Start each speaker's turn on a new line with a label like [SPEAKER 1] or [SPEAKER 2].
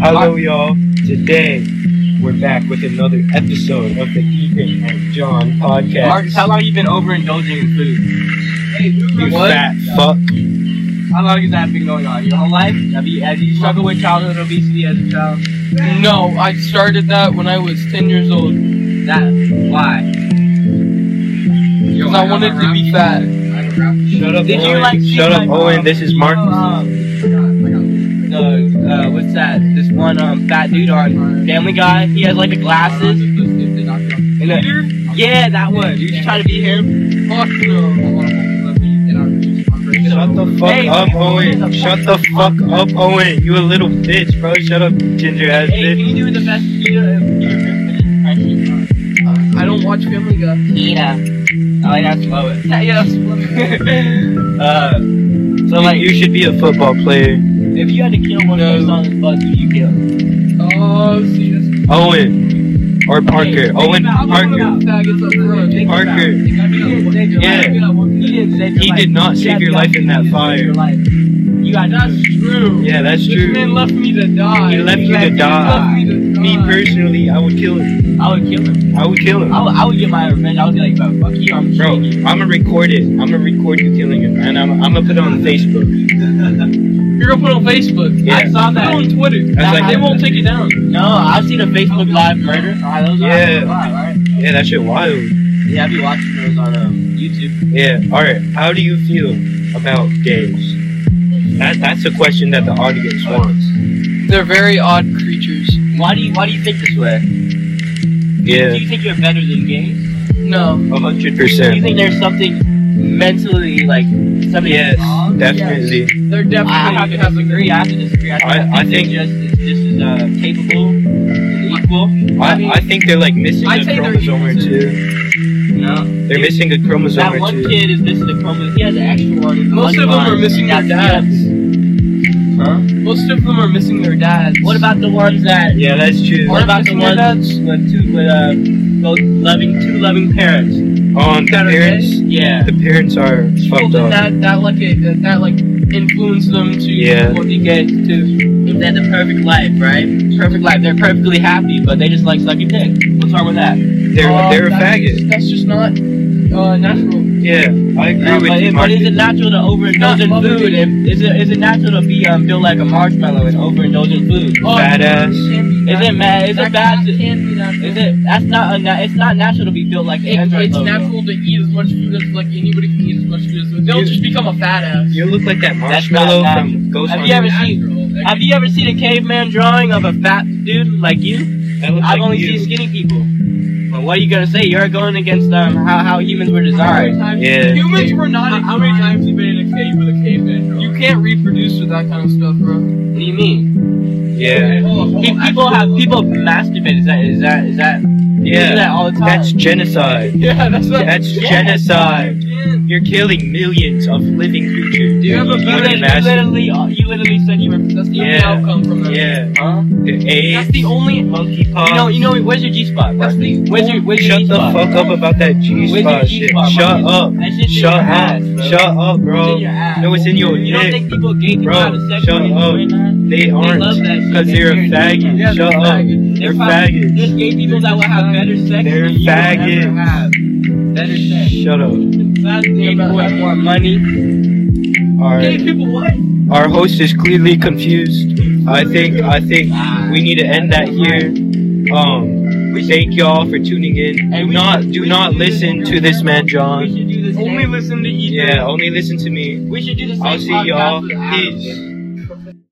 [SPEAKER 1] Hello, y'all. Today, we're back with another episode of the Ethan and John podcast.
[SPEAKER 2] Marcus, how long you been overindulging in food?
[SPEAKER 1] you
[SPEAKER 2] what?
[SPEAKER 1] fat fuck.
[SPEAKER 2] How long has that been going on? Your whole life? Have you, have you struggled with childhood obesity as a child?
[SPEAKER 3] No, I started that when I was 10 years old.
[SPEAKER 2] That why?
[SPEAKER 3] Because I wanted to be fat.
[SPEAKER 1] Shut up,
[SPEAKER 2] Did
[SPEAKER 1] Owen.
[SPEAKER 2] you like? see,
[SPEAKER 1] Shut up,
[SPEAKER 2] like,
[SPEAKER 1] Owen.
[SPEAKER 2] um,
[SPEAKER 1] This is
[SPEAKER 2] you know,
[SPEAKER 1] Marcus.
[SPEAKER 2] um, the, uh, what's that? This one um fat dude on Family Guy. He has like the glasses.
[SPEAKER 1] And, uh,
[SPEAKER 2] Yeah, that one. You just try to be him.
[SPEAKER 3] Fuck no.
[SPEAKER 1] Shut the fuck
[SPEAKER 2] Hey,
[SPEAKER 1] up,
[SPEAKER 2] man.
[SPEAKER 1] Owen. Shut the fuck up, Owen. You a little bitch, bro. Shut up, ginger ass
[SPEAKER 2] Hey, can
[SPEAKER 1] bitch.
[SPEAKER 2] you do the best? You know,
[SPEAKER 3] I don't watch Family Guy.
[SPEAKER 2] Yeah. I like that's slow.
[SPEAKER 3] Yeah, yeah, that's what-
[SPEAKER 2] uh, so
[SPEAKER 1] You-
[SPEAKER 2] like,
[SPEAKER 1] you should be a football player.
[SPEAKER 2] if you had to kill one
[SPEAKER 3] No.
[SPEAKER 2] person on this bus, who you kill?
[SPEAKER 3] Oh, see, that's
[SPEAKER 1] Owen. Or
[SPEAKER 2] Hey,
[SPEAKER 1] Parker.
[SPEAKER 2] think
[SPEAKER 1] Owen
[SPEAKER 2] about-
[SPEAKER 1] Parker.
[SPEAKER 2] think
[SPEAKER 3] faggots up front.
[SPEAKER 2] about-
[SPEAKER 1] Parker.
[SPEAKER 2] He didn't save your
[SPEAKER 1] Yeah.
[SPEAKER 2] life. He didn't save your
[SPEAKER 1] He
[SPEAKER 2] life.
[SPEAKER 1] did not
[SPEAKER 2] You
[SPEAKER 1] save
[SPEAKER 2] had
[SPEAKER 1] your
[SPEAKER 2] the
[SPEAKER 1] life in that
[SPEAKER 2] opportunity to save
[SPEAKER 1] fire.
[SPEAKER 2] your life. You got
[SPEAKER 3] That's true.
[SPEAKER 1] Yeah, that's
[SPEAKER 3] This
[SPEAKER 1] true.
[SPEAKER 3] man left me to die.
[SPEAKER 1] He left you to
[SPEAKER 3] He
[SPEAKER 1] die.
[SPEAKER 3] left me to
[SPEAKER 1] Me
[SPEAKER 3] die.
[SPEAKER 1] personally, I would kill him.
[SPEAKER 2] I would kill him.
[SPEAKER 1] I would kill him.
[SPEAKER 2] I would, I would get my revenge. I would be like, bro, fuck you, I'm
[SPEAKER 1] Bro,
[SPEAKER 2] killing you.
[SPEAKER 1] I'm gonna record it. I'm gonna record you killing him, and I'm, I'm gonna put it on Facebook.
[SPEAKER 3] You're gonna put on Facebook.
[SPEAKER 1] Yeah.
[SPEAKER 3] I saw that.
[SPEAKER 2] Put
[SPEAKER 3] on
[SPEAKER 2] it
[SPEAKER 3] Twitter.
[SPEAKER 1] That's
[SPEAKER 2] That
[SPEAKER 1] like,
[SPEAKER 3] They won't take it down.
[SPEAKER 2] No, I've seen a Facebook Live murder. Alright, Ah, those are
[SPEAKER 1] Yeah.
[SPEAKER 2] live, alright?
[SPEAKER 1] yeah, that shit wild.
[SPEAKER 2] Yeah, I be watching those on um, YouTube.
[SPEAKER 1] Yeah. All right. How do you feel about gays? That that's a question that the audience wants.
[SPEAKER 3] They're very odd creatures.
[SPEAKER 2] Why do you Why do you think this way? Do
[SPEAKER 1] Yeah,
[SPEAKER 2] you think you're better than gays?
[SPEAKER 3] No.
[SPEAKER 1] a hundred
[SPEAKER 2] Do you
[SPEAKER 1] percent.
[SPEAKER 2] think there's something mentally like something
[SPEAKER 1] Yes,
[SPEAKER 2] wrong?
[SPEAKER 1] definitely.
[SPEAKER 3] They're definitely.
[SPEAKER 2] I have to disagree. I have to disagree. I,
[SPEAKER 1] I- I think-
[SPEAKER 2] they're just is just as uh, capable, and equal.
[SPEAKER 1] I, I think they're like missing
[SPEAKER 3] I'd
[SPEAKER 1] a
[SPEAKER 3] say they're
[SPEAKER 1] chromosome or
[SPEAKER 3] equal,
[SPEAKER 1] two.
[SPEAKER 2] No,
[SPEAKER 1] They're missing a chromosome
[SPEAKER 2] that
[SPEAKER 1] or
[SPEAKER 2] one
[SPEAKER 1] two.
[SPEAKER 2] kid is missing the chromosome. He has an extra one. in the
[SPEAKER 3] Most of them
[SPEAKER 2] lunchbox,
[SPEAKER 3] are missing
[SPEAKER 2] and
[SPEAKER 3] their
[SPEAKER 2] that's-
[SPEAKER 3] dads.
[SPEAKER 2] Huh?
[SPEAKER 3] Most of them are missing their dads.
[SPEAKER 2] What about the ones that?
[SPEAKER 1] Yeah, that's true.
[SPEAKER 2] What about the
[SPEAKER 3] missing their
[SPEAKER 2] ones
[SPEAKER 3] dads?
[SPEAKER 2] with two with uh, both loving two loving parents?
[SPEAKER 1] Um, the
[SPEAKER 3] that are gay?
[SPEAKER 1] parents,
[SPEAKER 2] Yeah.
[SPEAKER 1] the parents are
[SPEAKER 3] Well,
[SPEAKER 1] fucked
[SPEAKER 3] then
[SPEAKER 1] up.
[SPEAKER 3] that that like it, uh, that, that like influenced them to
[SPEAKER 1] Yeah.
[SPEAKER 3] want to get to.
[SPEAKER 2] If they had the perfect life, right? Perfect life. They're perfectly happy, but they just like sucking dick. What's wrong with that?
[SPEAKER 1] They're
[SPEAKER 3] Um,
[SPEAKER 2] Oh,
[SPEAKER 1] they're a
[SPEAKER 3] that's
[SPEAKER 1] faggot.
[SPEAKER 3] just- That's just not uh, natural.
[SPEAKER 1] Yeah, I agree
[SPEAKER 2] No,
[SPEAKER 1] with
[SPEAKER 2] Uh, but,
[SPEAKER 1] you,
[SPEAKER 2] it, but
[SPEAKER 1] Marcus.
[SPEAKER 2] is it natural to
[SPEAKER 3] Not
[SPEAKER 2] overindulge in
[SPEAKER 3] mother
[SPEAKER 2] food?
[SPEAKER 3] nature.
[SPEAKER 2] And is it is it natural to be um, feel like a marshmallow and overindulge in food?
[SPEAKER 3] Oh,
[SPEAKER 1] Badass.
[SPEAKER 3] Is
[SPEAKER 2] Is it mad? Is it bad? To,
[SPEAKER 3] Can be natural.
[SPEAKER 2] is it? That's not. Una- it's not natural to be built like an
[SPEAKER 3] It,
[SPEAKER 2] Android
[SPEAKER 3] it's
[SPEAKER 2] logo.
[SPEAKER 3] natural to eat as much food as like anybody can eat as much food as they'll
[SPEAKER 1] You-
[SPEAKER 3] just become a fat ass.
[SPEAKER 1] You look like that
[SPEAKER 2] That's
[SPEAKER 1] marshmallow
[SPEAKER 2] not
[SPEAKER 1] from Ghost
[SPEAKER 2] Have
[SPEAKER 1] Hunter.
[SPEAKER 2] you ever
[SPEAKER 3] Natural.
[SPEAKER 2] seen-
[SPEAKER 3] That
[SPEAKER 2] Have
[SPEAKER 3] could-
[SPEAKER 2] you ever seen a caveman drawing of a fat dude like you?
[SPEAKER 1] That looks
[SPEAKER 2] I've
[SPEAKER 1] like
[SPEAKER 2] only
[SPEAKER 1] you.
[SPEAKER 2] seen skinny people. But what are you gonna say? You're going against um, how how humans were
[SPEAKER 3] How many
[SPEAKER 2] designed.
[SPEAKER 3] times-
[SPEAKER 1] Yeah.
[SPEAKER 3] Humans were not.
[SPEAKER 2] How- how many
[SPEAKER 3] inclined-
[SPEAKER 2] times
[SPEAKER 3] you been in a cave with a caveman? You can't reproduce with that kind of stuff, bro.
[SPEAKER 2] What do you mean?
[SPEAKER 1] Yeah,
[SPEAKER 2] Pe- people have people masturbate. Is that is that is that?
[SPEAKER 1] yeah.
[SPEAKER 2] do that all the time.
[SPEAKER 1] That's genocide.
[SPEAKER 3] Yeah, that's not.
[SPEAKER 1] That's
[SPEAKER 2] Yeah.
[SPEAKER 1] genocide. You're killing millions of living creatures.
[SPEAKER 3] You have a
[SPEAKER 1] What
[SPEAKER 2] you,
[SPEAKER 3] better-
[SPEAKER 1] an
[SPEAKER 2] lit- you
[SPEAKER 1] ass-
[SPEAKER 2] literally uh, you literally said you were
[SPEAKER 3] That's the only
[SPEAKER 1] Yeah.
[SPEAKER 3] outcome from that.
[SPEAKER 1] Yeah.
[SPEAKER 2] huh?
[SPEAKER 1] The
[SPEAKER 3] That's
[SPEAKER 1] AIDS,
[SPEAKER 3] the only.
[SPEAKER 1] monkeypox.
[SPEAKER 2] You know, you know, where's your G spot?
[SPEAKER 3] That's the.
[SPEAKER 2] Where's your, where's your
[SPEAKER 1] Shut
[SPEAKER 2] G
[SPEAKER 1] the
[SPEAKER 2] spot?
[SPEAKER 1] fuck up about that G
[SPEAKER 2] Where's your
[SPEAKER 1] spot shit.
[SPEAKER 2] G-spot,
[SPEAKER 1] Shut
[SPEAKER 2] Marcus?
[SPEAKER 1] up.
[SPEAKER 2] That shit's
[SPEAKER 1] Shut
[SPEAKER 2] in your
[SPEAKER 1] up.
[SPEAKER 2] ass, bro.
[SPEAKER 1] Shut up,
[SPEAKER 2] It's in
[SPEAKER 1] bro.
[SPEAKER 2] your ass.
[SPEAKER 1] No, it's in your
[SPEAKER 2] You don't
[SPEAKER 1] dick.
[SPEAKER 2] think people gay people
[SPEAKER 1] Bro,
[SPEAKER 2] have a sex
[SPEAKER 1] shut
[SPEAKER 2] with
[SPEAKER 1] up.
[SPEAKER 2] right now?
[SPEAKER 1] They
[SPEAKER 2] They
[SPEAKER 1] aren't.
[SPEAKER 2] love that shit.
[SPEAKER 1] Because they're a faggot.
[SPEAKER 3] Yeah,
[SPEAKER 1] Shut
[SPEAKER 3] they're
[SPEAKER 1] up.
[SPEAKER 3] faggots.
[SPEAKER 1] They're
[SPEAKER 2] probably- There's
[SPEAKER 1] faggots.
[SPEAKER 2] gay people that will have better sex
[SPEAKER 1] They're
[SPEAKER 2] than you will ever
[SPEAKER 1] faggots.
[SPEAKER 2] have. Better sex.
[SPEAKER 1] Shut up.
[SPEAKER 2] Fat gay
[SPEAKER 3] about
[SPEAKER 2] people have
[SPEAKER 3] having-
[SPEAKER 2] more money.
[SPEAKER 3] Gay
[SPEAKER 1] Our,
[SPEAKER 3] people what?
[SPEAKER 1] our host is clearly confused. I think I think we need to end that here. Um, we thank y'all for tuning in. Do
[SPEAKER 2] And we
[SPEAKER 1] not
[SPEAKER 2] should-
[SPEAKER 1] do
[SPEAKER 2] we
[SPEAKER 1] not
[SPEAKER 2] should do this
[SPEAKER 1] listen
[SPEAKER 2] every
[SPEAKER 1] to this
[SPEAKER 2] time.
[SPEAKER 1] man
[SPEAKER 2] We
[SPEAKER 1] John.
[SPEAKER 2] should do this.
[SPEAKER 3] Only listen to Ethan.
[SPEAKER 1] Yeah, only listen to me.
[SPEAKER 2] We should do the same
[SPEAKER 1] I'll see
[SPEAKER 2] podcast
[SPEAKER 1] y'all.
[SPEAKER 2] with Adam.
[SPEAKER 1] Peace.